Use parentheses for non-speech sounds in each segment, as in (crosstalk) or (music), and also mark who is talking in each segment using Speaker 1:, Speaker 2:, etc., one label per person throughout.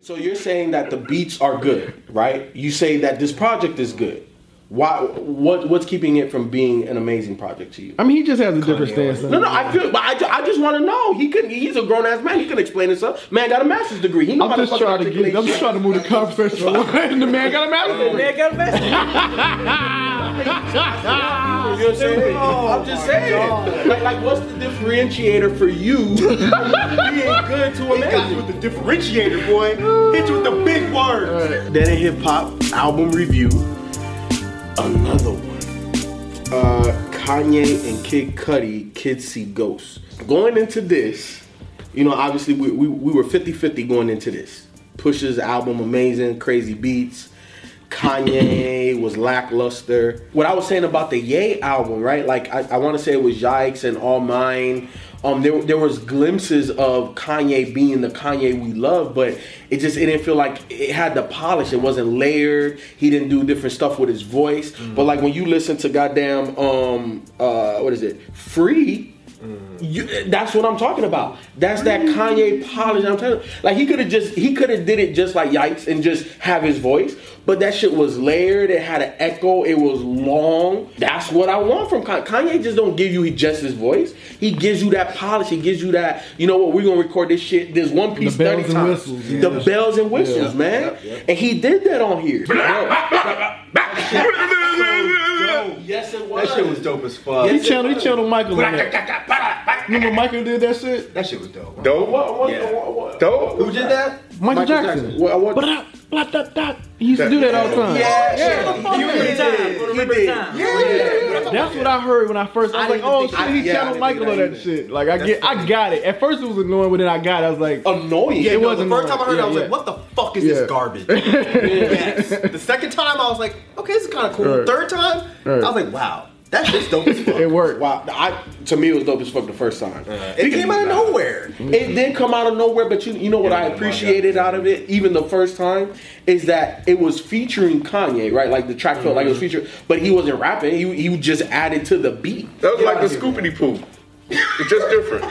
Speaker 1: So you're saying that the beats are good, right? You say that this project is good. Why? What? What's keeping it from being an amazing project to you?
Speaker 2: I mean, he just has a different stance.
Speaker 1: No, no, I feel. But I, ju- I just want to know. He could. He's a grown ass man. He can explain himself. Man got a master's degree. He know how
Speaker 2: I'm just
Speaker 1: fucking
Speaker 2: trying to get.
Speaker 1: articulate
Speaker 2: I'm just
Speaker 1: shit.
Speaker 2: trying to move the conversation. (laughs) along. the man got a master's degree.
Speaker 1: Man got a master's. degree. You know what I'm saying? Oh, I'm just saying. Like, like, what's the differentiator for
Speaker 3: (laughs)
Speaker 1: you from being good to
Speaker 3: He got you
Speaker 1: amazing?
Speaker 3: with the differentiator, boy. Hit you with the big words. That in hip hop album review.
Speaker 1: Another one. Uh, Kanye and Kid Cudi, Kids See Ghosts. Going into this, you know, obviously we, we, we were 50 50 going into this. Pusha's album, amazing, crazy beats. Kanye was lackluster. What I was saying about the Ye album, right? Like, I, I want to say it was Yikes and All Mine. Um, there, there was glimpses of Kanye being the Kanye we love, but it just it didn't feel like it had the polish. It wasn't layered. He didn't do different stuff with his voice. But like when you listen to goddamn um uh what is it free, you, that's what I'm talking about. That's that Kanye polish. I'm telling you, like he could have just he could have did it just like Yikes and just have his voice, but that shit was layered. It had an echo. It was long. That's what I want from Kanye. Kanye just don't give you just his voice. He gives you that polish. He gives you that. You know what? We're gonna record this shit. This one piece
Speaker 2: bells
Speaker 1: thirty
Speaker 2: and
Speaker 1: times.
Speaker 2: whistles,
Speaker 1: The
Speaker 2: yeah.
Speaker 1: bells and whistles, man. And he did that on here. yes, it was.
Speaker 3: That shit was dope as fuck.
Speaker 2: He channeled. He channeled Michael. in that. Remember Michael did that shit.
Speaker 3: That shit was dope.
Speaker 1: What, what, what,
Speaker 3: Yeah.
Speaker 1: what, what-
Speaker 3: Dope. Who did that?
Speaker 2: Michael,
Speaker 1: Michael
Speaker 2: Jackson.
Speaker 1: Jackson. What- what-
Speaker 2: Blah, blah, blah, blah. He used to do that all the time.
Speaker 1: You did. You did.
Speaker 2: That's what I heard when I first. I was like,
Speaker 3: didn't
Speaker 2: "Oh
Speaker 3: think-
Speaker 2: shit,
Speaker 3: I-
Speaker 2: he
Speaker 3: yeah, I
Speaker 2: channeled
Speaker 3: didn't
Speaker 2: Michael
Speaker 3: think
Speaker 2: on
Speaker 3: that
Speaker 2: that
Speaker 3: either.
Speaker 2: shit." Like, I get, I got it. At first, it was annoying, but then I got it. I was like,
Speaker 1: Annoying.
Speaker 2: It
Speaker 3: You know,
Speaker 2: wasn't
Speaker 3: the first
Speaker 2: long.
Speaker 3: time I heard it, I was
Speaker 2: Yeah,
Speaker 3: like,
Speaker 2: yeah.
Speaker 3: what the fuck is
Speaker 2: Yeah.
Speaker 3: this garbage?
Speaker 2: (laughs)
Speaker 3: yes. The second time, I was like, okay, this is kind of cool.
Speaker 2: Right.
Speaker 3: Third time,
Speaker 2: Right.
Speaker 3: I was like, wow, that shit's dope as fuck.
Speaker 2: "It worked."
Speaker 1: Wow, I to me it was dope as fuck the first time.
Speaker 3: It came out of nowhere.
Speaker 1: It did come out of nowhere, but you you know what I appreciated out of it, even the first time, is that it was featuring Kanye, right? Like the track felt like it was featured, but he wasn't rapping. He he just added to the beat.
Speaker 4: That was like the scoopity poop. It's just different.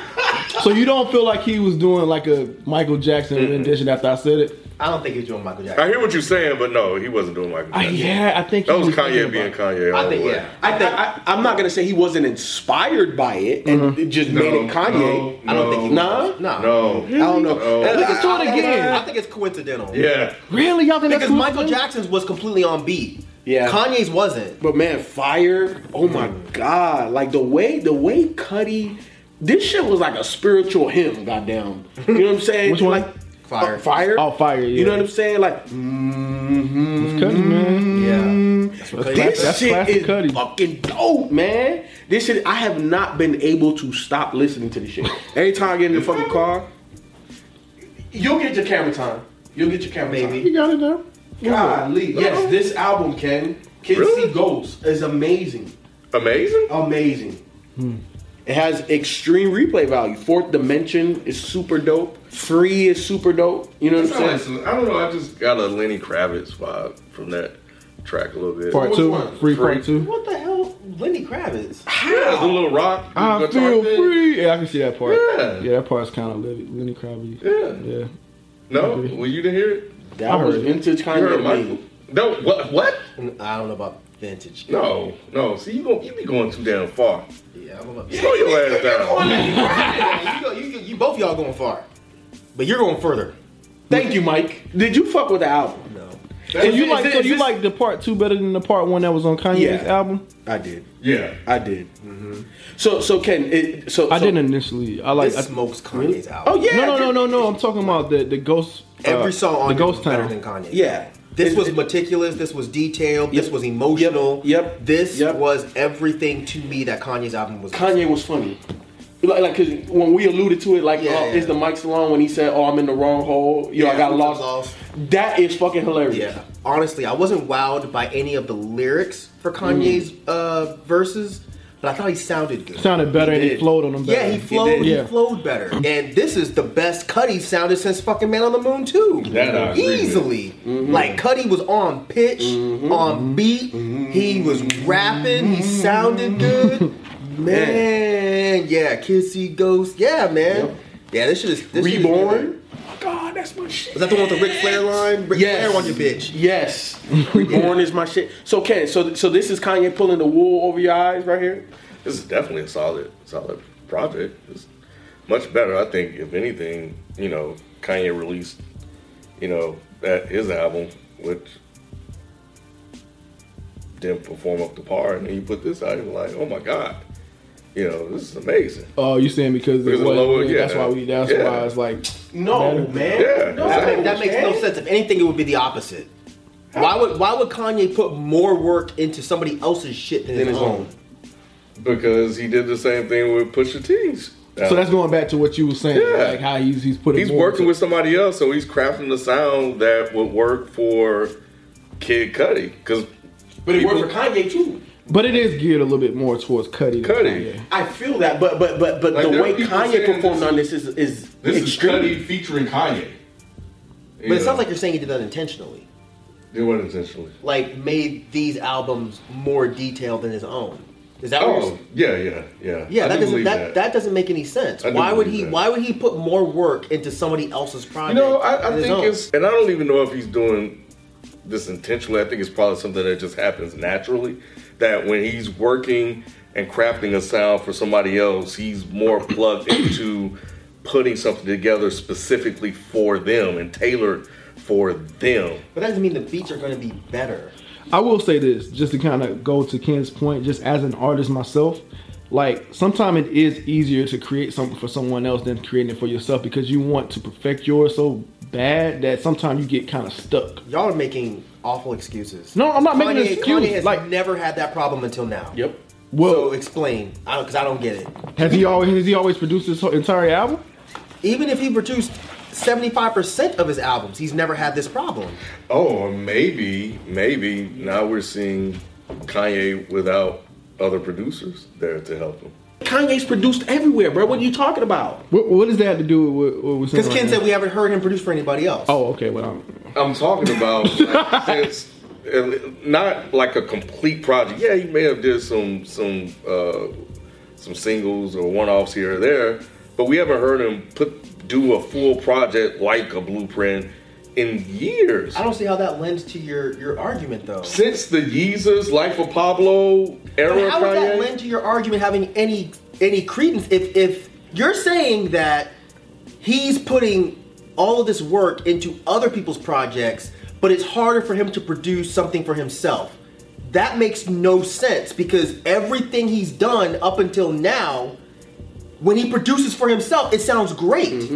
Speaker 2: So you don't feel like he was doing like a Michael Jackson rendition after I said it?
Speaker 3: I don't think he's doing Michael Jackson.
Speaker 4: I hear what you're saying, but no, he wasn't doing Michael
Speaker 2: I,
Speaker 4: Jackson.
Speaker 2: yeah, I think he
Speaker 4: That was
Speaker 2: thinking
Speaker 4: Kanye
Speaker 2: about
Speaker 4: being
Speaker 2: it.
Speaker 4: Kanye. All
Speaker 3: I think,
Speaker 4: the way.
Speaker 3: yeah.
Speaker 1: I think I, I'm not gonna say he wasn't inspired by it and it just made it Kanye.
Speaker 3: I don't think he
Speaker 1: Nah?
Speaker 3: was. Nah.
Speaker 1: I
Speaker 4: No.
Speaker 1: don't know.
Speaker 4: No.
Speaker 1: That-
Speaker 2: Let's do it again.
Speaker 3: I think it's coincidental.
Speaker 4: Yeah.
Speaker 2: Really, y'all think
Speaker 3: Because
Speaker 2: that's
Speaker 3: Michael
Speaker 2: cool?
Speaker 3: Jackson's was completely on beat.
Speaker 1: Yeah.
Speaker 3: Kanye's wasn't.
Speaker 1: But man, fire! Oh my
Speaker 2: Mm.
Speaker 1: god! Like the way the way Cuddy, this shit was like a spiritual hymn. Goddamn, you know what
Speaker 2: (laughs)
Speaker 1: I'm saying?
Speaker 2: Which one?
Speaker 1: Like
Speaker 3: Fire.
Speaker 1: uh, fire.
Speaker 2: Oh, fire! Yeah.
Speaker 1: You know what I'm saying? Like mm-hmm.
Speaker 2: It's Cudi,
Speaker 3: Mm.
Speaker 2: man.
Speaker 3: Yeah.
Speaker 1: this
Speaker 2: That's
Speaker 1: shit
Speaker 2: classic
Speaker 1: is
Speaker 2: Cudi.
Speaker 1: fucking dope, man. This shit, I have not been able to stop listening to this shit. Every time I get in the fucking car, you'll get your camera time. You'll get your camera time.
Speaker 2: You got it now.
Speaker 1: Golly, yes, this album, Ken, Kids
Speaker 4: Really?
Speaker 1: See Ghosts, is amazing.
Speaker 3: Oh,
Speaker 4: Amazing.
Speaker 1: amazing. It has extreme replay value. Fourth Dimension is super dope. Free is super dope. You know what
Speaker 4: Sound
Speaker 1: I'm
Speaker 4: like
Speaker 1: saying?
Speaker 4: some- I don't know. I just got a Lenny Kravitz vibe from that track a little bit.
Speaker 2: Part
Speaker 1: Which
Speaker 2: two,
Speaker 1: one?
Speaker 2: free, part
Speaker 4: Free.
Speaker 2: two.
Speaker 3: What the hell? Lenny Kravitz.
Speaker 4: Yeah, the little rock.
Speaker 2: I
Speaker 4: guitar
Speaker 2: feel
Speaker 4: thing.
Speaker 2: free. Ah, Yeah, I can see that part.
Speaker 4: Yeah.
Speaker 2: yeah that part's kind of Lenny Kravitz.
Speaker 4: Yeah.
Speaker 2: yeah.
Speaker 4: No, well, you didn't hear it.
Speaker 1: That
Speaker 2: I
Speaker 1: was
Speaker 2: heard it.
Speaker 1: vintage
Speaker 4: You heard
Speaker 1: Kanye.
Speaker 4: Michael.
Speaker 1: Lee.
Speaker 4: No, what? What?
Speaker 3: I don't know about vintage.
Speaker 4: No, no. See, you go, you be going too damn far.
Speaker 3: Yeah, I don't know.
Speaker 4: Slow your ass down.
Speaker 3: you, go, you, you, you both y'all going far, but you're going further.
Speaker 1: Thank you, Mike. Did you fuck with the album?
Speaker 3: No,
Speaker 2: So you
Speaker 1: is
Speaker 2: like
Speaker 1: this-
Speaker 2: so
Speaker 1: is
Speaker 2: you
Speaker 1: this-
Speaker 2: like the part two better than the part one that was on Kanye's
Speaker 1: Yeah.
Speaker 2: album?
Speaker 1: I did.
Speaker 4: Yeah.
Speaker 1: I did. So, so Ken, it, so
Speaker 2: I
Speaker 1: so-
Speaker 2: didn't initially. I like.
Speaker 3: this
Speaker 2: I,
Speaker 3: smokes Kanye's album.
Speaker 1: Oh yeah.
Speaker 2: no, no, no, no, no. I'm talking about the the ghost. uh,
Speaker 3: every song on
Speaker 2: the
Speaker 3: here
Speaker 2: ghost
Speaker 3: was better
Speaker 2: town.
Speaker 3: than Kanye.
Speaker 1: Yeah.
Speaker 3: This
Speaker 1: It-
Speaker 3: was
Speaker 1: it-
Speaker 3: meticulous. This was detailed. This
Speaker 1: Yep.
Speaker 3: was emotional.
Speaker 1: Yep. Yep.
Speaker 3: This
Speaker 1: Yep.
Speaker 3: was everything to me that Kanye's album was.
Speaker 1: Kanye was funny. Like, like, cause when we alluded to it, like,
Speaker 3: Yeah,
Speaker 1: oh,
Speaker 3: yeah.
Speaker 1: is the Mike Salon when he said, "Oh, I'm in the wrong hole," yo,
Speaker 3: Yeah,
Speaker 1: I got
Speaker 3: I
Speaker 1: lost.
Speaker 3: lost.
Speaker 1: That is fucking hilarious.
Speaker 3: Yeah. Honestly, I wasn't wowed by any of the lyrics for Kanye's uh, verses, but I thought he sounded good.
Speaker 2: Sounded better and he
Speaker 1: did.
Speaker 2: flowed on them better.
Speaker 3: yeah, he flowed.
Speaker 1: did.
Speaker 3: He,
Speaker 2: Yeah.
Speaker 3: flowed better. And this is the best Cuddy sounded since fucking Man on the Moon too.
Speaker 4: That I agree with.
Speaker 3: Easily, like Cuddy was on pitch, on beat. He was rapping. He sounded good. man, yeah, Kissy Ghost. Yeah, man. Yeah, this shit is this shit is
Speaker 1: Reborn.
Speaker 3: God, that's my shit. Is that the one with the Ric Flair line? Ric
Speaker 1: Yes.
Speaker 3: Flair on your bitch.
Speaker 1: (laughs) Yes. Reborn is my shit. So Ken, so so this is Kanye pulling the wool over your eyes right here.
Speaker 4: This is definitely a solid, solid project. It's much better, I think. If anything, you know, Kanye released, you know, that his album, which didn't perform up to par, and then you put this out, you're like, oh my god, you know, this is amazing.
Speaker 2: Oh, you saying because it
Speaker 4: Because
Speaker 2: was
Speaker 4: of lower- yeah.
Speaker 2: That's why we. That's
Speaker 4: Yeah.
Speaker 2: why it's like.
Speaker 1: No, man.
Speaker 4: Yeah.
Speaker 1: No,
Speaker 4: That
Speaker 3: That, ma- that makes no sense. If anything, it would be the opposite. Why would why would Kanye put more work into somebody else's shit than,
Speaker 1: In
Speaker 3: his
Speaker 1: his
Speaker 3: own?
Speaker 1: own.
Speaker 4: Because he did the same thing with Pusha T's.
Speaker 2: So that's going back to what you were saying,
Speaker 4: Yeah.
Speaker 2: like how he's he's putting.
Speaker 4: He's
Speaker 2: more
Speaker 4: working
Speaker 2: into-
Speaker 4: with somebody else, so he's crafting the sound that would work for Kid Cudi. Because
Speaker 1: But it worked for Kanye too.
Speaker 2: but it is geared a little bit more towards Cuddy.
Speaker 4: Cudi.
Speaker 1: I feel that, but but but but
Speaker 4: Like,
Speaker 1: the
Speaker 4: there
Speaker 1: way
Speaker 4: are people
Speaker 1: Kanye
Speaker 4: saying
Speaker 1: performed
Speaker 4: this
Speaker 1: on this is is
Speaker 4: this
Speaker 1: extremely.
Speaker 4: is Cudi featuring Kanye.
Speaker 3: But it sounds like you're saying he did that intentionally.
Speaker 4: it wasn't intentionally.
Speaker 3: Like made these albums more detailed than his own. Is that? What you're
Speaker 4: Oh
Speaker 3: s-
Speaker 4: yeah, yeah, yeah.
Speaker 3: yeah,
Speaker 4: I
Speaker 3: that
Speaker 4: do
Speaker 3: doesn't
Speaker 4: believe
Speaker 3: that, that doesn't make any sense.
Speaker 4: I do
Speaker 3: Why would
Speaker 4: believe
Speaker 3: he
Speaker 4: that.
Speaker 3: Why would he put more work into somebody else's
Speaker 4: You
Speaker 3: project?
Speaker 4: know, I,
Speaker 3: than
Speaker 4: I
Speaker 3: his
Speaker 4: think
Speaker 3: own?
Speaker 4: it's, and I don't even know if he's doing this intentionally. I think it's probably something that just happens naturally. That when he's working and crafting a sound for somebody else, he's more plugged into putting something together specifically for them and tailored for them.
Speaker 3: but that doesn't mean the beats are going to be better.
Speaker 2: I will say this, just to kind of go to Ken's point, just as an artist myself, like sometimes it is easier to create something for someone else than creating it for yourself because you want to perfect yours so bad that sometimes you get kind of stuck.
Speaker 3: Y'all are making awful excuses.
Speaker 2: No, I'm not making an
Speaker 3: Kanye-
Speaker 2: excuse,
Speaker 3: Kanye has
Speaker 2: like-
Speaker 3: never had that problem until now.
Speaker 1: Yep.
Speaker 3: so
Speaker 2: Well,
Speaker 3: explain, because I don't get it.
Speaker 2: has he always has he always produced his whole entire album?
Speaker 3: Even if he produced 75% of his albums, he's never had this problem.
Speaker 4: Oh, or maybe, maybe now we're seeing Kanye without other producers there to help him.
Speaker 1: Kanye's produced everywhere, bro. What are you talking about?
Speaker 2: What, what does that have to do with what, what we're saying?
Speaker 3: Because
Speaker 2: right
Speaker 3: Ken said
Speaker 2: now?
Speaker 3: we haven't heard him produce for anybody else.
Speaker 2: Oh, okay. Well, I'm,
Speaker 4: I'm talking
Speaker 3: (laughs)
Speaker 4: about like, since and not like a complete project. Yeah, he may have did some some uh, some singles or one offs here or there, but we haven't heard him put do a full project like a blueprint in years.
Speaker 3: I don't see how that lends to your, your argument, though.
Speaker 4: Since the Yeezus Life of Pablo era,
Speaker 3: How would that
Speaker 4: Kanye,
Speaker 3: lend to your argument having any any credence if if you're saying that he's putting all of this work into other people's projects, but it's harder for him to produce something for himself? That makes no sense because everything he's done up until now, when he produces for himself, it sounds great.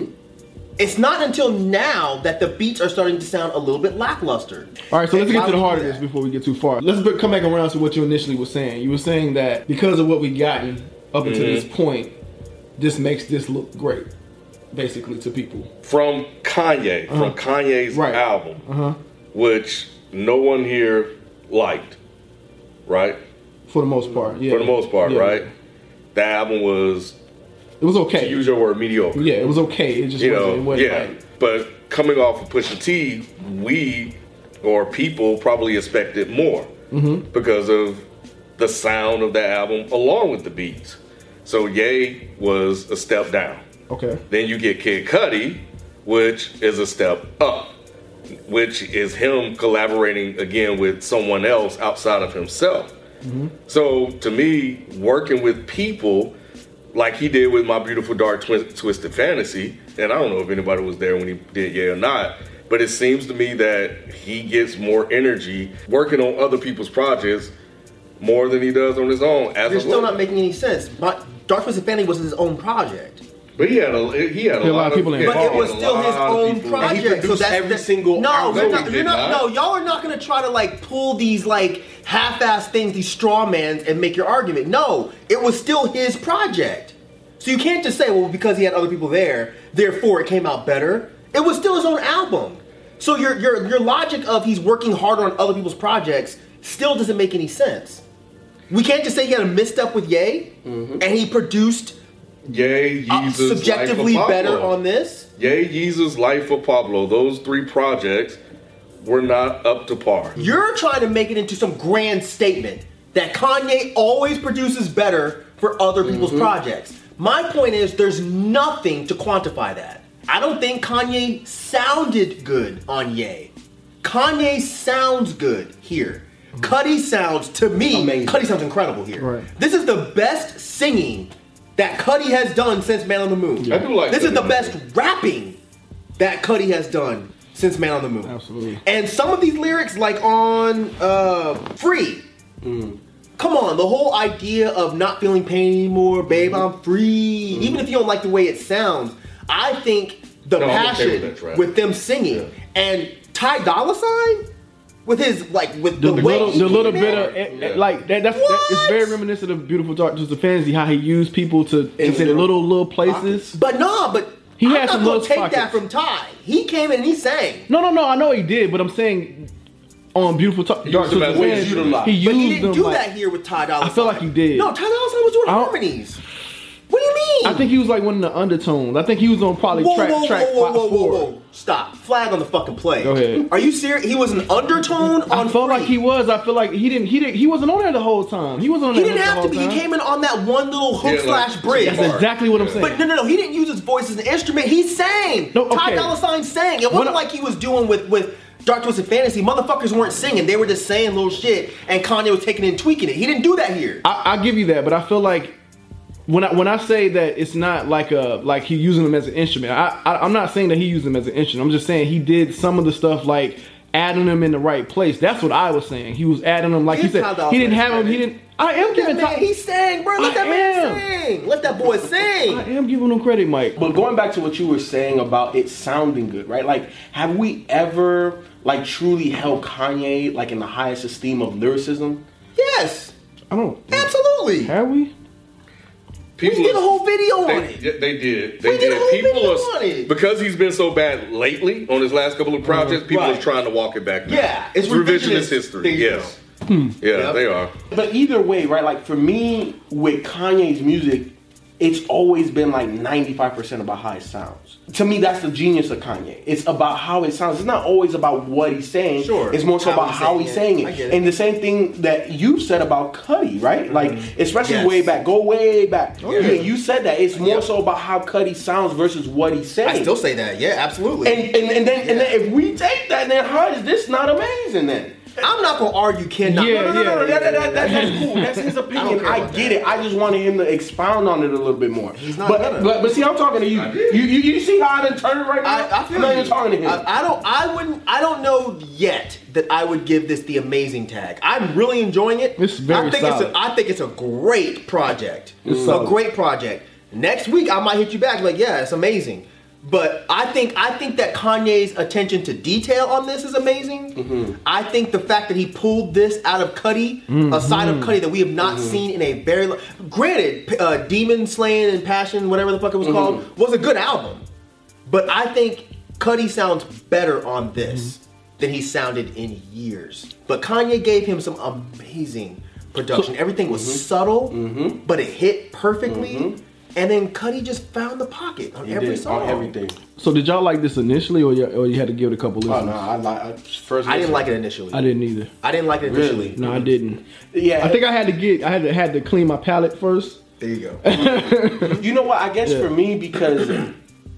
Speaker 3: It's not until now that the beats are starting to sound a little bit lackluster.
Speaker 2: all right. So let's
Speaker 3: And
Speaker 2: get
Speaker 3: why
Speaker 2: to the
Speaker 3: would
Speaker 2: heart of
Speaker 3: he do
Speaker 2: this
Speaker 3: that?
Speaker 2: before we get too far. Let's b- come back around to what you initially were saying. You were saying that because of what we gotten up until this
Speaker 4: Mm-hmm.
Speaker 2: point, this makes this look great, basically to people.
Speaker 4: from Kanye, from Kanye's
Speaker 2: Uh-huh. Right. Uh-huh.
Speaker 4: album, which no one here liked, right?
Speaker 2: For the most part, yeah.
Speaker 4: For the most part,
Speaker 2: Yeah.
Speaker 4: right? The album was,
Speaker 2: It was
Speaker 4: to
Speaker 2: okay.
Speaker 4: use your word, mediocre.
Speaker 2: Yeah, it was okay. It just
Speaker 4: you
Speaker 2: wasn't,
Speaker 4: know,
Speaker 2: it wasn't
Speaker 4: yeah.
Speaker 2: like
Speaker 4: but coming off of Pusha T, we or people probably expected more
Speaker 2: Mm-hmm.
Speaker 4: because of the sound of the album along with the beats. So Ye was a step down.
Speaker 2: okay.
Speaker 4: Then you get Kid Cudi, which is a step up, which is him collaborating again with someone else outside of himself. So to me, working with people like he did with My Beautiful Dark Twi- Twisted Fantasy, and I don't know if anybody was there when he did Yeah or not. But it seems to me that he gets more energy working on other people's projects more than he does on his own. As
Speaker 3: You're
Speaker 4: a
Speaker 3: still
Speaker 4: worker.
Speaker 3: not making any sense. My, Dark Twisted Fantasy was his own project.
Speaker 4: But he had a he had a, lot, of people
Speaker 2: in
Speaker 4: yeah,
Speaker 2: it.
Speaker 3: But it
Speaker 4: he
Speaker 3: was
Speaker 4: had Oh, a
Speaker 3: still his
Speaker 4: lot of
Speaker 3: own
Speaker 4: people.
Speaker 3: project.
Speaker 1: And he produced every single
Speaker 3: No,
Speaker 1: album.
Speaker 3: you're
Speaker 4: No,
Speaker 3: not,
Speaker 4: he
Speaker 3: you're
Speaker 4: did
Speaker 3: not,
Speaker 4: not.
Speaker 3: No, y'all are not gonna try to like pull these like half-ass things, these straw mans, and make your argument. No, it was still his project. So you can't just say, well, because he had other people there, therefore it came out better. It was still his own album. So your your your logic of he's working harder on other people's projects still doesn't make any sense. We can't just say he had a misstep with Ye and he produced
Speaker 4: Yay,
Speaker 3: uh,
Speaker 4: Yeezus,
Speaker 3: subjectively
Speaker 4: Mm-hmm. Life of
Speaker 3: better
Speaker 4: Pablo.
Speaker 3: on this.
Speaker 4: Yay, Yeezus, Life of Pablo. Those three projects were not up to par.
Speaker 3: You're trying to make it into some grand statement that Kanye always produces better for other people's
Speaker 4: Mm-hmm.
Speaker 3: projects. My point is, there's nothing to quantify that. I don't think Kanye sounded good on Ye. Kanye sounds good here.
Speaker 4: Mm-hmm.
Speaker 3: Cuddy sounds, to me,
Speaker 1: Amazing.
Speaker 3: Cuddy sounds incredible here.
Speaker 2: Right.
Speaker 3: This is the best singing that Cuddy has done since Man on the Moon.
Speaker 4: I do like
Speaker 3: this is
Speaker 4: Cudi
Speaker 3: the
Speaker 4: on the
Speaker 3: best
Speaker 4: Moon.
Speaker 3: rapping that Cuddy has done since Man on the Moon.
Speaker 2: Absolutely.
Speaker 3: And some of these lyrics, like on uh, Free,
Speaker 2: Mm.
Speaker 3: come on, the whole idea of not feeling pain anymore, babe, I'm
Speaker 2: Mm-hmm.
Speaker 3: free. Even if you don't like the way it sounds, I think the
Speaker 4: No, I'm okay
Speaker 3: passion
Speaker 4: with that
Speaker 3: with,
Speaker 4: track.
Speaker 3: them singing and Ty Dolla Sign with his like with
Speaker 2: The,
Speaker 3: the, way
Speaker 2: little,
Speaker 3: he
Speaker 2: the little
Speaker 3: came
Speaker 2: bit
Speaker 3: out.
Speaker 2: of eh, eh,
Speaker 4: Yeah.
Speaker 2: like that. That's that, it's
Speaker 3: What?
Speaker 2: very reminiscent of Beautiful Dark Twisted Fantasy. How he used people to just in
Speaker 1: little
Speaker 2: little little places.
Speaker 3: But nah, but
Speaker 2: He
Speaker 3: I'm
Speaker 2: had
Speaker 3: not
Speaker 2: some
Speaker 3: gonna
Speaker 2: little
Speaker 3: take
Speaker 2: pockets.
Speaker 3: that from Ty. He came in and he sang.
Speaker 2: No, no, no. I know he did, but I'm saying on Beautiful Talk, Dark
Speaker 4: used them
Speaker 2: Twisted
Speaker 4: as ways
Speaker 2: Fantasy,
Speaker 4: to utilize.
Speaker 2: he used
Speaker 3: But he didn't
Speaker 2: them.
Speaker 3: do
Speaker 2: like-
Speaker 3: that here with Ty Dolla.
Speaker 2: I feel
Speaker 3: Sign.
Speaker 2: like he did.
Speaker 3: No, Ty Dolla Sign was doing
Speaker 2: I don't-
Speaker 3: harmonies. What do you mean?
Speaker 2: I think he was like one of the undertones. I think he was on probably
Speaker 3: Whoa,
Speaker 2: track
Speaker 3: whoa,
Speaker 2: track
Speaker 3: whoa,
Speaker 2: five,
Speaker 3: whoa, whoa,
Speaker 2: four.
Speaker 3: whoa, whoa! Stop! Flag on the fucking play.
Speaker 2: Go ahead.
Speaker 3: Are you serious? He was an undertone on.
Speaker 2: I felt
Speaker 3: Free.
Speaker 2: like he was. I feel like he didn't. He didn't. He wasn't on there the whole time. He wasn't on
Speaker 3: He
Speaker 2: there.
Speaker 3: didn't
Speaker 2: the
Speaker 3: have to
Speaker 2: whole
Speaker 3: be.
Speaker 2: Time.
Speaker 3: He came in on that one little hook
Speaker 4: Yeah, like,
Speaker 3: slash bridge.
Speaker 4: That's
Speaker 2: That's exactly what I'm
Speaker 4: Yeah.
Speaker 2: saying.
Speaker 3: But no, no, no. He didn't use his voice as an instrument. He sang.
Speaker 2: No,
Speaker 3: Ty
Speaker 2: okay.
Speaker 3: Dolla Sign sang. It wasn't
Speaker 2: When I-
Speaker 3: like he was doing with with Dark Twisted Fantasy. Motherfuckers weren't singing. They were just saying little shit, and Kanye was taking it and tweaking it. He didn't do that here.
Speaker 2: I, I give you that, but I feel like when I when I say that it's not like a like he using them as an instrument. I, I I'm not saying that he used them as an instrument. I'm just saying he did some of the stuff like adding them in the right place. That's what I was saying. He was adding them like he
Speaker 3: Give
Speaker 2: said
Speaker 3: Ty Dolla
Speaker 2: he didn't
Speaker 3: Sign
Speaker 2: have them. He
Speaker 3: credit.
Speaker 2: didn't. I am
Speaker 3: That
Speaker 2: giving
Speaker 3: man,
Speaker 2: Ty,
Speaker 3: he sang, bro. Let
Speaker 2: I
Speaker 3: that man
Speaker 2: am.
Speaker 3: sing. Let that boy sing.
Speaker 2: I am giving him credit, Mike.
Speaker 1: But going back to what you were saying about it sounding good, right? Like, have we ever like truly held Kanye like in the highest esteem of lyricism?
Speaker 3: Yes,
Speaker 2: I don't.
Speaker 3: absolutely.
Speaker 2: Have we?
Speaker 4: People
Speaker 3: we did a
Speaker 4: are-
Speaker 3: whole video on
Speaker 4: They,
Speaker 3: it.
Speaker 4: yeah, they did. They
Speaker 3: We did a whole
Speaker 4: People
Speaker 3: video
Speaker 4: are
Speaker 3: on it.
Speaker 4: because he's been so bad lately on his last couple of projects. People
Speaker 3: Mm-hmm. Right.
Speaker 4: are trying to walk it back. Now.
Speaker 3: Yeah, it's revisionist
Speaker 4: history. Yeah,
Speaker 3: thinkers.
Speaker 4: yeah,
Speaker 3: Yep.
Speaker 4: they are.
Speaker 1: But either way, right? Like for me, with Kanye's music, it's always been like 95% about how it sounds. To me, that's the genius of Kanye. It's about how it sounds. It's not always about what he's saying.
Speaker 3: Sure.
Speaker 1: It's more so
Speaker 3: How
Speaker 1: about
Speaker 3: he's
Speaker 1: how
Speaker 3: saying
Speaker 1: he's
Speaker 3: it.
Speaker 1: saying it.
Speaker 3: I get it. Mm-hmm.
Speaker 1: And the same thing that you said about Cudi, right? Like, especially
Speaker 3: Yes. Oh,
Speaker 1: way back. Go way back.
Speaker 3: yeah.
Speaker 1: yeah. you said that. It's more so about how Cudi sounds versus what he's saying.
Speaker 3: I still say that. Yeah, absolutely.
Speaker 1: and, and, and, then, and then if we take that, then how is this not amazing then?
Speaker 3: I'm not gonna argue Ken. not-
Speaker 2: Yeah,
Speaker 1: No, no, no, no,
Speaker 2: yeah,
Speaker 1: that, that, that, that's cool. That's his opinion.
Speaker 3: care
Speaker 1: I,
Speaker 3: about
Speaker 1: get
Speaker 3: that.
Speaker 1: it. I just wanted him to expound on it a little bit more. He's
Speaker 3: not
Speaker 1: But,
Speaker 3: gonna.
Speaker 1: but, but see, I'm talking to you. You, you, you see how I done turned it right now?
Speaker 3: I, I feel
Speaker 1: am not
Speaker 3: you.
Speaker 1: even talking to him.
Speaker 3: I, I don't. I wouldn't. I don't know yet that I would give this the amazing tag. I'm really enjoying it.
Speaker 2: It's very
Speaker 3: I think
Speaker 2: solid.
Speaker 3: it's. A, I think it's a great project. a
Speaker 2: solid.
Speaker 3: great project. Next week I might hit you back like, yeah, it's amazing. But I think I think that Kanye's attention to detail on this is amazing.
Speaker 2: Mm-hmm.
Speaker 3: I think the fact that he pulled this out of Cuddy,
Speaker 2: Mm-hmm.
Speaker 3: a side of Cuddy that we have not seen in a very long. Granted, P- uh, Demon Slaying and Passion, whatever the fuck it
Speaker 2: Mm-hmm.
Speaker 3: was called, was a good album. But I think Cuddy sounds better on this than he sounded in years. But Kanye gave him some amazing production. Everything was subtle, but it hit perfectly. And then Cuddy just found the pocket on
Speaker 1: He
Speaker 3: every
Speaker 1: did
Speaker 3: song.
Speaker 1: on everything.
Speaker 2: So did y'all like this initially, or you, or you had to give it a couple
Speaker 1: Oh
Speaker 2: listens?
Speaker 1: no, I like I, first.
Speaker 3: I didn't
Speaker 1: listen.
Speaker 3: like it initially.
Speaker 2: I didn't either.
Speaker 3: I didn't like it initially.
Speaker 2: No, I didn't.
Speaker 1: Yeah.
Speaker 2: I think I had to get. I had to had to clean my palate first.
Speaker 3: There you go.
Speaker 1: You know what? I guess for me because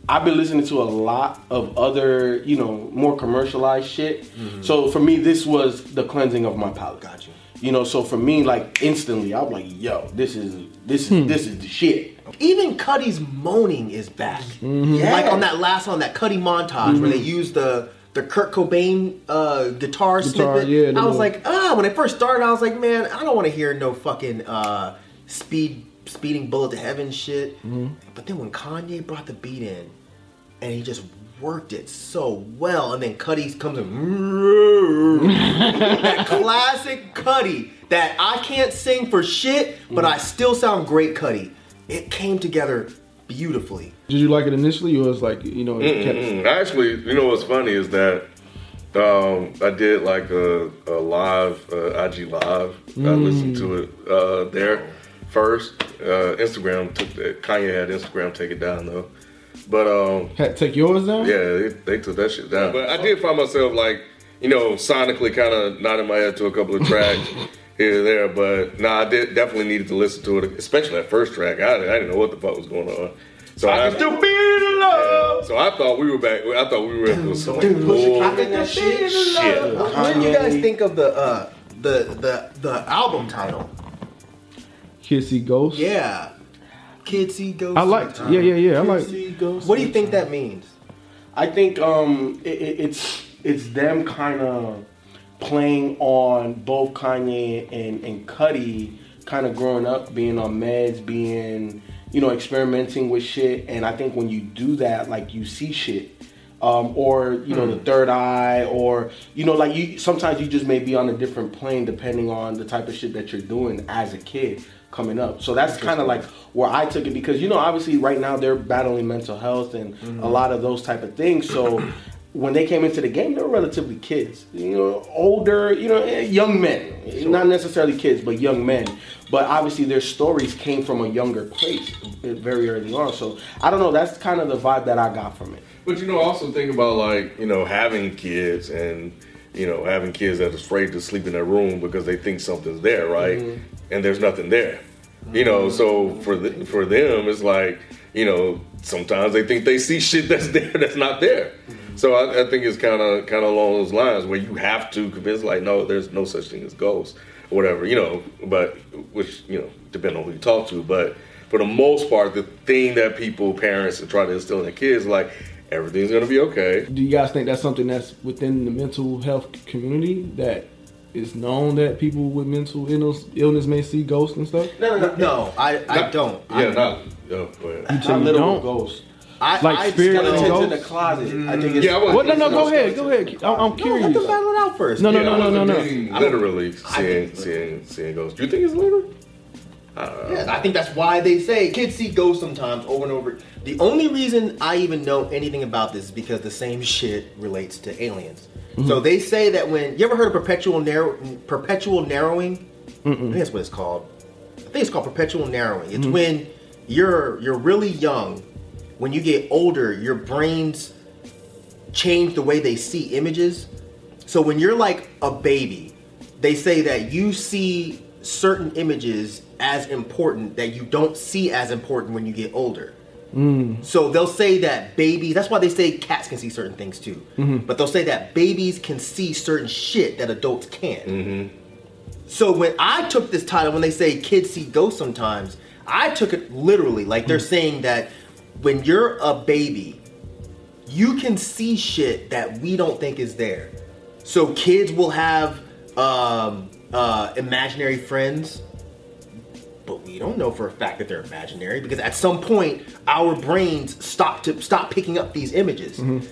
Speaker 1: I've been listening to a lot of other, you know, more commercialized shit. So for me, this was the cleansing of my palate.
Speaker 3: Gotcha.
Speaker 1: You know, so for me, like instantly, I was like, "Yo, this is this this is the shit."
Speaker 3: Even Cuddy's moaning is back.
Speaker 2: Mm-hmm.
Speaker 3: Like on that last song, that Cuddy montage where they used the the Kurt Cobain uh, guitar, snippet.
Speaker 2: yeah, the
Speaker 3: I
Speaker 2: little-
Speaker 3: was like, ah, when it first started, I was like, man, I don't want to hear no fucking uh, speed speeding bullet to heaven shit.
Speaker 2: Mm-hmm.
Speaker 3: But then when Kanye brought the beat in, and he just worked it so well, and then Cuddy comes in. that classic Cuddy that I can't sing for shit, but I still sound great Cuddy. It came together beautifully.
Speaker 2: Did you like it initially, or it's like you know? It kept,
Speaker 4: Mm-hmm. Mm, Actually, you know what's funny is that Um, I did like a, a live uh, IG live. I listened to it uh, there first. Uh, Instagram took that. Kanye had Instagram take it down though, but um,
Speaker 2: Had to take yours down.
Speaker 4: yeah, they, they took that shit down. But I did find myself like, you know, sonically kind of nodding my head to a couple of (laughs) tracks here and there. But nah, I did definitely needed to listen to it, especially that first track. I, I didn't know what the fuck was going on. So I,
Speaker 1: can still be in love.
Speaker 4: So I thought we were back. I thought we were in some bull
Speaker 3: I think that shit.
Speaker 4: shit.
Speaker 3: What do you guys think of the uh, the the the album title?
Speaker 2: Kissy Ghost.
Speaker 3: Yeah, kids see ghosts.
Speaker 2: I liked. Yeah, yeah, yeah. I like.
Speaker 3: What do you think that means?
Speaker 1: I think um, it, it, it's it's them kind of playing on both Kanye and and Cudi kind of growing up, being on meds, being you know experimenting with shit. And I think when you do that, like you see shit. Um, or you know the third eye, or you know like you sometimes you just may be on a different plane depending on the type of shit that you're doing as a kid coming up. So that's kind of like where I took it because you know obviously right now they're battling mental health and a lot of those type of things. So when they came into the game, they were relatively kids, you know, older, you know, eh, young men, not necessarily kids, but young men. But obviously their stories came from a younger place eh, very early on. So I don't know. That's kind of the vibe that I got from it.
Speaker 4: But you know, also think about like you know having kids and you know having kids that are afraid to sleep in their room because they think something's there, right? And there's nothing there. You know, so for the, for them, it's like you know sometimes they think they see shit that's (laughs) there that's not there. So I, I think it's kind of kind of along those lines where you have to convince like no, there's no such thing as ghosts or whatever. You know, but which you know depend on who you talk to, but for the most part, the thing that people, parents, are trying to instill in their kids, like everything's gonna be okay.
Speaker 2: Do you guys think that's something that's within the mental health community that it's known that people with mental illness, illness may see ghosts and stuff?
Speaker 3: No, no, no. I, I don't.
Speaker 4: Yeah, not. Oh, go ahead.
Speaker 2: So
Speaker 1: I
Speaker 2: you
Speaker 1: literally
Speaker 2: don't?
Speaker 1: ghosts.
Speaker 3: I,
Speaker 2: Like
Speaker 3: I
Speaker 2: spirit
Speaker 3: skeletons
Speaker 2: and ghosts?
Speaker 3: in the closet. I think it's
Speaker 4: Mm. Yeah, I wasn't-
Speaker 2: What? No, no. Go ahead. Go ahead. I- I'm
Speaker 3: No, let
Speaker 2: curious.
Speaker 3: them battle it out first.
Speaker 2: No, no,
Speaker 4: Yeah,
Speaker 2: no,
Speaker 4: I
Speaker 2: no, no,
Speaker 4: wasn't
Speaker 2: no.
Speaker 4: meaning Literally seeing, seeing, seeing ghosts. Do you think it's literal?
Speaker 3: Yeah, I think that's why they say kids see ghosts sometimes over and over. The only reason I even know anything about this is because the same shit relates to aliens. So they say that when you ever heard of perpetual narrow perpetual narrowing? I think that's what it's called. I think it's called perpetual narrowing. It's when you're you're really young. When you get older, your brains change the way they see images. So when you're like a baby, they say that you see certain images as important that you don't see as important when you get older. So they'll say that babies, that's why they say cats can see certain things too. But they'll say that babies can see certain shit that adults can't. So when I took this title, when they say kids see ghosts sometimes, I took it literally. Like they're saying that when you're a baby, you can see shit that we don't think is there. So kids will have um, uh, imaginary friends, but we don't know for a fact that they're imaginary because at some point our brains stop to stop picking up these images,
Speaker 2: Mm-hmm.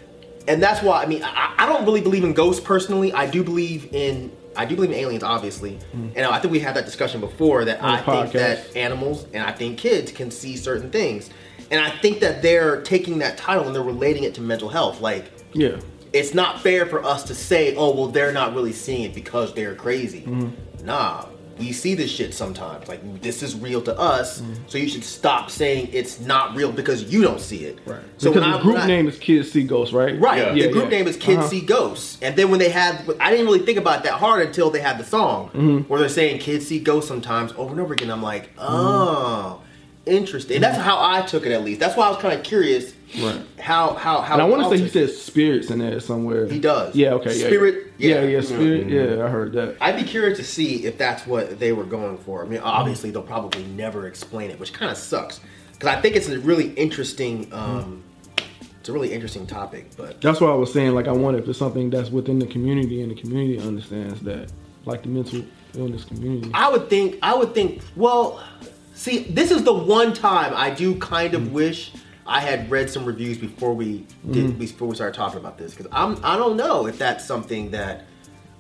Speaker 3: and that's why I mean I, I don't really believe in ghosts personally. I do believe in I do believe in aliens, obviously, and I think we had that discussion before that
Speaker 2: Mm-hmm. On
Speaker 3: I
Speaker 2: the
Speaker 3: think that
Speaker 2: podcast.
Speaker 3: animals and I think kids can see certain things. And I think that they're taking that title and they're relating it to mental health. Like,
Speaker 2: Yeah.
Speaker 3: it's not fair for us to say, oh, well, they're not really seeing it because they're crazy.
Speaker 2: Mm-hmm.
Speaker 3: Nah, we see this shit sometimes. Like, this is real to us,
Speaker 2: Mm-hmm.
Speaker 3: so you should stop saying it's not real because you don't see it. Right. So when
Speaker 2: because
Speaker 3: I,
Speaker 2: the group
Speaker 3: when I-
Speaker 2: name is Kids See Ghosts, right?
Speaker 3: Right.
Speaker 4: Yeah.
Speaker 3: The
Speaker 2: Yeah,
Speaker 3: group
Speaker 2: yeah.
Speaker 3: name is Kids
Speaker 2: Uh-huh.
Speaker 3: See Ghosts. And then when they had, I didn't really think about that hard until they had the song
Speaker 2: Mm-hmm.
Speaker 3: where they're saying Kids See Ghosts sometimes over and over again. I'm like, oh, interesting. That's how I took it at least. That's why I was kind of curious
Speaker 2: Mm-hmm. Right.
Speaker 3: how, how, how.
Speaker 2: And I want to
Speaker 3: I'll
Speaker 2: say he
Speaker 3: take it.
Speaker 2: says spirits in there somewhere.
Speaker 3: He does.
Speaker 2: Yeah. Okay. yeah,
Speaker 3: Spirit,
Speaker 2: Yeah.
Speaker 3: yeah. Mm-hmm.
Speaker 2: Yeah. spirit. Yeah. I heard that.
Speaker 3: I'd be curious to see if that's what they were going for. I mean, obviously they'll probably never explain it, which kind of sucks because I think it's a really interesting, um, it's a really interesting topic. But
Speaker 2: That's why I was saying like I wonder if it's something that's within the community and the community understands that, like the mental illness community.
Speaker 3: I would think, I would think, well, see, this is the one time I do kind of wish I had read some reviews before we did before we started talking about this because I'm I don't know if that's something that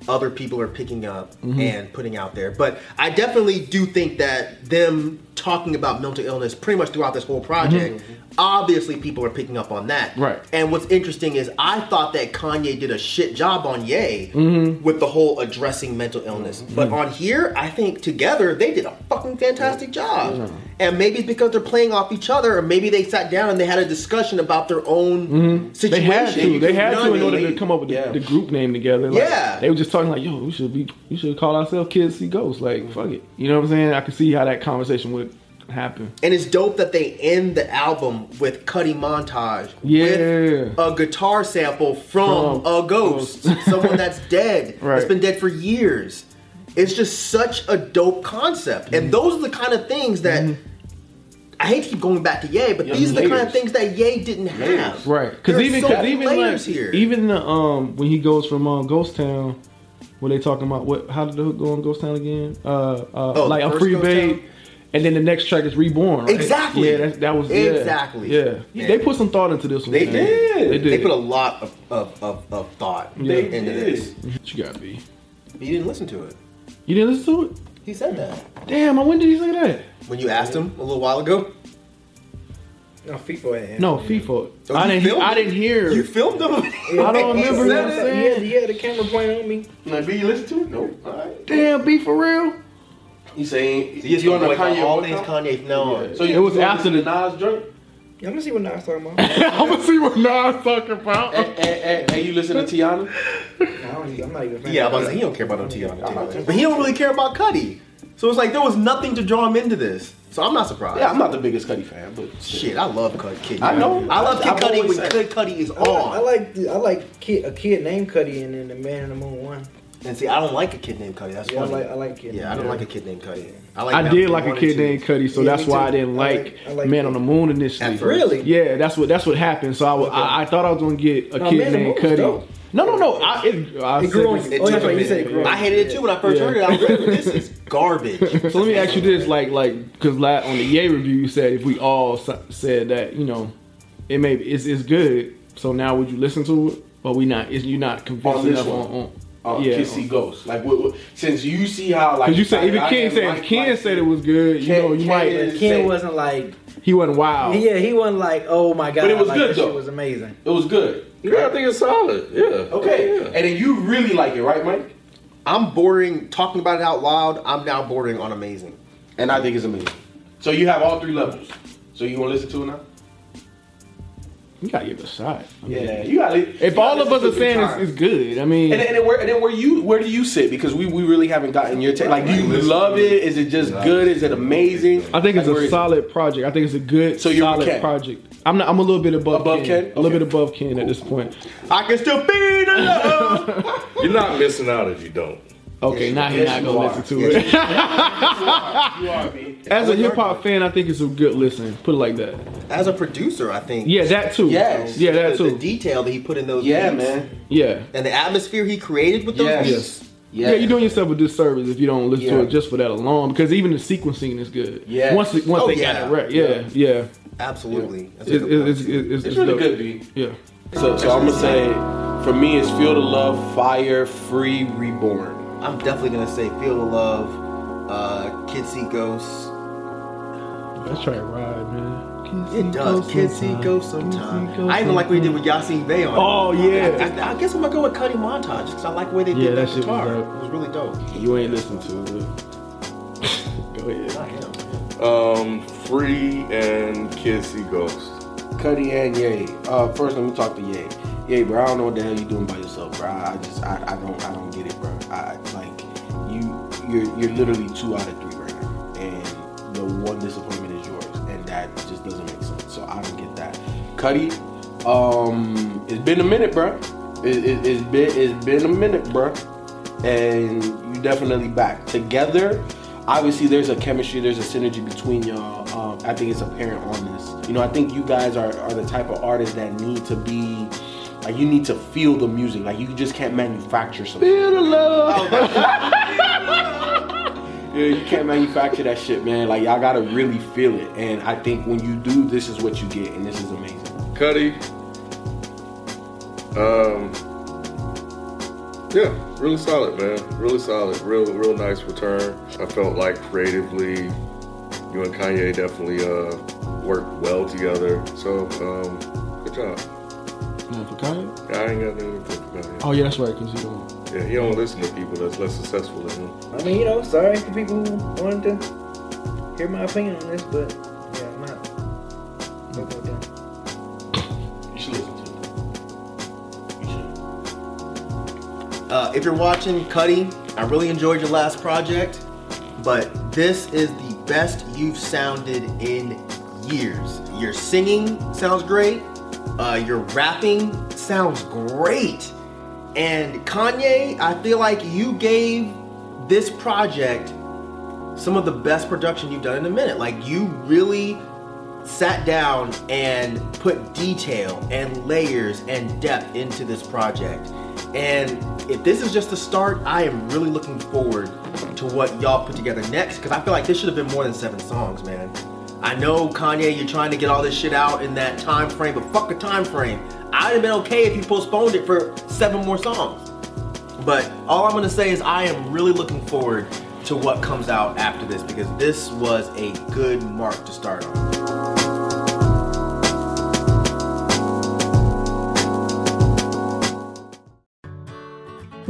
Speaker 3: other people are picking up
Speaker 2: Mm-hmm.
Speaker 3: and putting out there. But I definitely do think that them talking about mental illness pretty much throughout this whole project, obviously people are picking up on that.
Speaker 2: Mm-hmm. Right.
Speaker 3: And what's interesting is I thought that Kanye did a shit job on Ye
Speaker 2: Mm-hmm.
Speaker 3: with the whole addressing mental illness. But on here, I think together they did a fucking fantastic job. And maybe it's because they're playing off each other, or maybe they sat down and they had a discussion about their own
Speaker 2: Mm-hmm. They
Speaker 3: situation.
Speaker 2: had to. They had
Speaker 3: You know
Speaker 2: to
Speaker 3: what
Speaker 2: in
Speaker 3: I
Speaker 2: order
Speaker 3: mean?
Speaker 2: to come up with the,
Speaker 1: Yeah.
Speaker 2: the group name together. Like,
Speaker 3: Yeah.
Speaker 2: They were just talking like, yo, we should be, we should call ourselves Kids See Ghosts. Like, fuck it. You know what I'm saying? I could see how that conversation would happen.
Speaker 3: And it's dope that they end the album with Cuddy Montage with
Speaker 2: Yeah.
Speaker 3: a guitar sample from,
Speaker 2: From
Speaker 3: a ghost,
Speaker 2: (laughs)
Speaker 3: someone that's dead, that's
Speaker 2: Right.
Speaker 3: been dead for years. It's just such a dope concept.
Speaker 2: Mm-hmm.
Speaker 3: And those are the kind of things that I hate to keep going back to Ye, but these are the kind of
Speaker 1: layers.
Speaker 3: things that Ye didn't have.
Speaker 2: Right.
Speaker 3: There
Speaker 2: Because
Speaker 3: are
Speaker 2: even,
Speaker 3: so
Speaker 2: 'cause
Speaker 3: many
Speaker 2: even
Speaker 3: layers
Speaker 2: like,
Speaker 3: here.
Speaker 2: even the um when he goes from um, Ghost Town, where they talking about what? How did the hook go on Ghost Town again? Uh, uh
Speaker 3: Oh, the
Speaker 2: like I'm
Speaker 3: first
Speaker 2: free
Speaker 3: Ghost
Speaker 2: babe.
Speaker 3: Town?
Speaker 2: And then the next track is Reborn. Right?
Speaker 3: Exactly.
Speaker 2: Yeah, that, that was yeah.
Speaker 3: Exactly.
Speaker 2: Yeah.
Speaker 3: Yeah.
Speaker 2: they put some thought into this one.
Speaker 3: They
Speaker 2: man.
Speaker 3: did.
Speaker 2: They did.
Speaker 3: They put a lot of, of, of, of thought
Speaker 1: They
Speaker 3: into this.
Speaker 1: did.
Speaker 2: what you got, B?
Speaker 3: But you didn't listen to it.
Speaker 2: You didn't listen to it?
Speaker 3: He said that.
Speaker 2: Damn, when did he say that?
Speaker 3: When you asked him a little while ago.
Speaker 5: No, FIFA ain't him.
Speaker 2: No, FIFA.
Speaker 3: Oh,
Speaker 2: I
Speaker 3: you
Speaker 2: didn't.
Speaker 3: filmed
Speaker 2: I
Speaker 3: it?
Speaker 2: didn't hear.
Speaker 3: You filmed him.
Speaker 2: I don't
Speaker 3: He
Speaker 2: remember
Speaker 3: said
Speaker 2: him
Speaker 3: it.
Speaker 5: Yeah,
Speaker 2: saying.
Speaker 5: yeah, the camera point on me.
Speaker 1: Now, B, you listen to it? Nope. All right.
Speaker 2: Damn,
Speaker 3: (laughs)
Speaker 2: be for real.
Speaker 1: You saying
Speaker 3: He's
Speaker 1: you on the
Speaker 3: boycott
Speaker 1: Kanye
Speaker 3: all
Speaker 1: boycott?
Speaker 3: things Kanye from now on.
Speaker 1: So you,
Speaker 2: It was
Speaker 1: you
Speaker 2: after
Speaker 1: listen
Speaker 2: the-
Speaker 1: to Nas drink,
Speaker 5: Yeah, I'm gonna see what Nas talking about. I
Speaker 2: I'm gonna see what Nas talking about.
Speaker 1: and, and, and, and you listen to Tiana.
Speaker 5: don't, even- I'm not even. a fan
Speaker 3: Yeah, I'm
Speaker 5: of
Speaker 3: about to
Speaker 5: that.
Speaker 3: say he don't care about no Tiana, but he don't really care about Cuddy. So it's like there was nothing to draw him into this. So I'm not surprised.
Speaker 1: Yeah, I'm not the biggest Cudi fan, but
Speaker 3: Shit, I love Cud Kid.
Speaker 1: I know.
Speaker 3: I love Kid
Speaker 1: I've
Speaker 3: Cudi
Speaker 1: always
Speaker 3: when
Speaker 1: said-
Speaker 3: Kid Cudi is
Speaker 5: I like, I
Speaker 3: on.
Speaker 5: like, the- I like kid, a kid named Cuddy and then the Man in the Moon one.
Speaker 3: And see, I don't like a kid named Cuddy. That's
Speaker 5: Yeah, I
Speaker 3: funny.
Speaker 5: like, I like kid.
Speaker 3: yeah, I don't like a kid named Cuddy. I, like
Speaker 2: I
Speaker 3: Mountain
Speaker 2: did like
Speaker 3: One
Speaker 2: a
Speaker 3: and
Speaker 2: kid
Speaker 3: Two.
Speaker 2: named Cuddy, so
Speaker 5: Yeah,
Speaker 2: that's
Speaker 5: me
Speaker 2: why I
Speaker 5: too.
Speaker 2: didn't
Speaker 5: I
Speaker 2: like,
Speaker 5: like- I like
Speaker 2: Man on
Speaker 5: that.
Speaker 2: the Moon initially.
Speaker 3: At first.
Speaker 5: Really?
Speaker 2: Yeah, that's what that's what happened. So I, wa- I, I thought I was gonna get a
Speaker 5: No,
Speaker 2: kid
Speaker 5: Man on the
Speaker 2: named
Speaker 5: Moon was
Speaker 2: Cuddy.
Speaker 5: dope.
Speaker 2: No, no, no. I, it, I
Speaker 5: It grew
Speaker 2: said
Speaker 5: on
Speaker 2: this-
Speaker 5: you.
Speaker 3: It
Speaker 5: Oh,
Speaker 3: took
Speaker 5: that's
Speaker 3: a
Speaker 5: right. You
Speaker 3: minute.
Speaker 5: said it grew on
Speaker 3: I
Speaker 5: you.
Speaker 3: hated it too when I first
Speaker 2: Yeah.
Speaker 3: heard it. I was like, this
Speaker 2: (laughs)
Speaker 3: is garbage.
Speaker 2: So let me ask you this, like, like, because la on the Yay review, you said if we all s- said that, you know, it may be, it's, it's good. So now would you listen to it, or we not? Is you not convinced
Speaker 1: On this
Speaker 2: enough
Speaker 1: one.
Speaker 2: on? on
Speaker 1: Uh,
Speaker 2: yeah,
Speaker 1: Kissy Ghost. Like, what, what, since you see how, like,
Speaker 2: because you said even
Speaker 1: I- I
Speaker 2: Ken
Speaker 1: am
Speaker 2: said
Speaker 1: like-
Speaker 2: if Ken
Speaker 1: like-
Speaker 2: said it was good, you
Speaker 1: Ken-
Speaker 2: know, you
Speaker 1: Ken
Speaker 2: might
Speaker 1: is-
Speaker 5: Ken
Speaker 1: Say-
Speaker 5: wasn't like.
Speaker 2: he wasn't wild.
Speaker 5: Yeah, he wasn't like. Oh my god!
Speaker 1: it was
Speaker 5: like,
Speaker 1: good,
Speaker 5: this
Speaker 1: though.
Speaker 5: Shit was amazing.
Speaker 1: It was good.
Speaker 4: Yeah, I think it's solid. Yeah.
Speaker 1: Okay,
Speaker 4: Yeah.
Speaker 1: and then you really like it, right, Mike?
Speaker 3: I'm boring talking about it out loud. I'm now bordering on amazing.
Speaker 1: And I think it's amazing. So you have all three levels. So you want to listen to it now?
Speaker 2: You gotta give it a shot. I mean,
Speaker 1: Yeah, you got it.
Speaker 2: If all of us are saying it's, it's good, I mean,
Speaker 1: and then, and, then where, and then where you where do you sit? Because we, we really haven't gotten your take. Like, do you love it? Is it just good? Is it amazing?
Speaker 2: I think
Speaker 1: Like,
Speaker 2: it's
Speaker 1: where
Speaker 2: a
Speaker 1: is it?
Speaker 2: solid project. I think it's a good,
Speaker 1: So you're
Speaker 2: solid
Speaker 1: Ken?
Speaker 2: project. I'm not. I'm a little bit above
Speaker 1: Above Ken?
Speaker 2: a little
Speaker 1: Okay.
Speaker 2: bit above Ken at this point.
Speaker 3: I can still be the love.
Speaker 4: You're not missing out if you don't.
Speaker 2: Okay, now he's
Speaker 1: yes,
Speaker 2: not gonna
Speaker 1: you
Speaker 2: listen
Speaker 1: are.
Speaker 2: to it.
Speaker 1: You are, B.
Speaker 2: As a hip hop fan, I think it's a good listen. Put it like that.
Speaker 3: As a producer, I think.
Speaker 2: Yeah, that too.
Speaker 1: Yes.
Speaker 2: Yeah, that
Speaker 3: the, the
Speaker 2: too.
Speaker 3: detail that he put in those
Speaker 1: Yeah,
Speaker 3: beats
Speaker 1: man.
Speaker 2: Yeah.
Speaker 3: and the atmosphere he created with those
Speaker 1: Yes.
Speaker 3: beats.
Speaker 2: Yeah, you're doing yourself a disservice if you don't listen to
Speaker 1: Yeah.
Speaker 2: it just for that alone, because even the sequencing is good.
Speaker 1: Yes.
Speaker 2: Once it- once
Speaker 3: Oh,
Speaker 2: they
Speaker 3: yeah.
Speaker 2: got it right. Yeah, yeah.
Speaker 3: Absolutely. That's a
Speaker 2: It-
Speaker 3: good
Speaker 2: it-
Speaker 3: point.
Speaker 2: it's, it's, it's,
Speaker 1: It's really
Speaker 2: dope.
Speaker 1: good, B.
Speaker 2: Yeah.
Speaker 1: So, so I'm gonna say, for me, it's Feel the Love, Fire, Free, Reborn.
Speaker 3: I'm definitely gonna say Feel the Love, uh, Kids See Ghosts.
Speaker 2: Let's try to ride, man. Kids
Speaker 3: It
Speaker 2: see
Speaker 3: does.
Speaker 2: ghosts
Speaker 3: Kids See
Speaker 2: sometime.
Speaker 3: Ghosts
Speaker 2: Kids see
Speaker 3: sometime.
Speaker 2: ghosts
Speaker 3: I even like what he did
Speaker 2: sometime.
Speaker 3: with Yasin Bey on
Speaker 2: Oh,
Speaker 3: it.
Speaker 2: yeah.
Speaker 3: I, I- I guess I'm gonna go with Cuddy Montage just 'cause I like the way they
Speaker 2: Yeah,
Speaker 3: did
Speaker 2: that
Speaker 3: that,
Speaker 2: shit was
Speaker 3: guitar.
Speaker 2: dope.
Speaker 3: it was really dope.
Speaker 2: You ain't listen to it. Go ahead.
Speaker 4: Um, Free and Kissy Ghost.
Speaker 1: Cuddy and Ye. Uh, first, let me talk to Ye. Ye, bro, I don't know what the hell you doing by yourself, bro. I just, I, I don't, I don't get it, bro. I like you, you're, you're literally two out of three right now, and the one disappointment is yours, and that just doesn't make sense. So I don't get that. Cuddy, um, it's been a minute, bro. It, it, it's been, it's been a minute, bro. and you definitely back together. Obviously, there's a chemistry, there's a synergy between y'all. Um, I think it's apparent on this. You know, I think you guys are, are the type of artists that need to be like you need to feel the music. Like you just can't manufacture something. Feel the love. (laughs) yeah, you can't manufacture that shit, man. Like y'all gotta really feel it. And I think when you do, this is what you get, and this is amazing.
Speaker 4: Cuddy. Um, Yeah, really solid, man. Really solid. Real, real nice return. I felt like creatively, you and Kanye definitely uh, worked well together. So, um, good job.
Speaker 2: Yeah, for Kanye?
Speaker 4: I ain't got nothing to think about.
Speaker 2: Oh yeah, that's right. Cause you don't.
Speaker 4: Yeah, he don't listen to people that's less successful than him.
Speaker 5: I mean, you know, sorry for people who wanted to hear my opinion on this, but yeah, I'm out. Okay, done.
Speaker 1: You should listen to it. You should.
Speaker 3: Uh, if you're watching, Cuddy, I really enjoyed your last project, but this is the best you've sounded in years. Your singing sounds great. Uh, your rapping sounds great. And Kanye, I feel like you gave this project some of the best production you've done in a minute. Like you really sat down and put detail and layers and depth into this project. And if this is just the start, I am really looking forward to what y'all put together next because I feel like this should have been more than seven songs, man. I know Kanye, you're trying to get all this shit out in that time frame, but fuck the time frame. I'd have been okay if you postponed it for seven more songs. But all I'm gonna say is I am really looking forward to what comes out after this because this was a good mark to start on.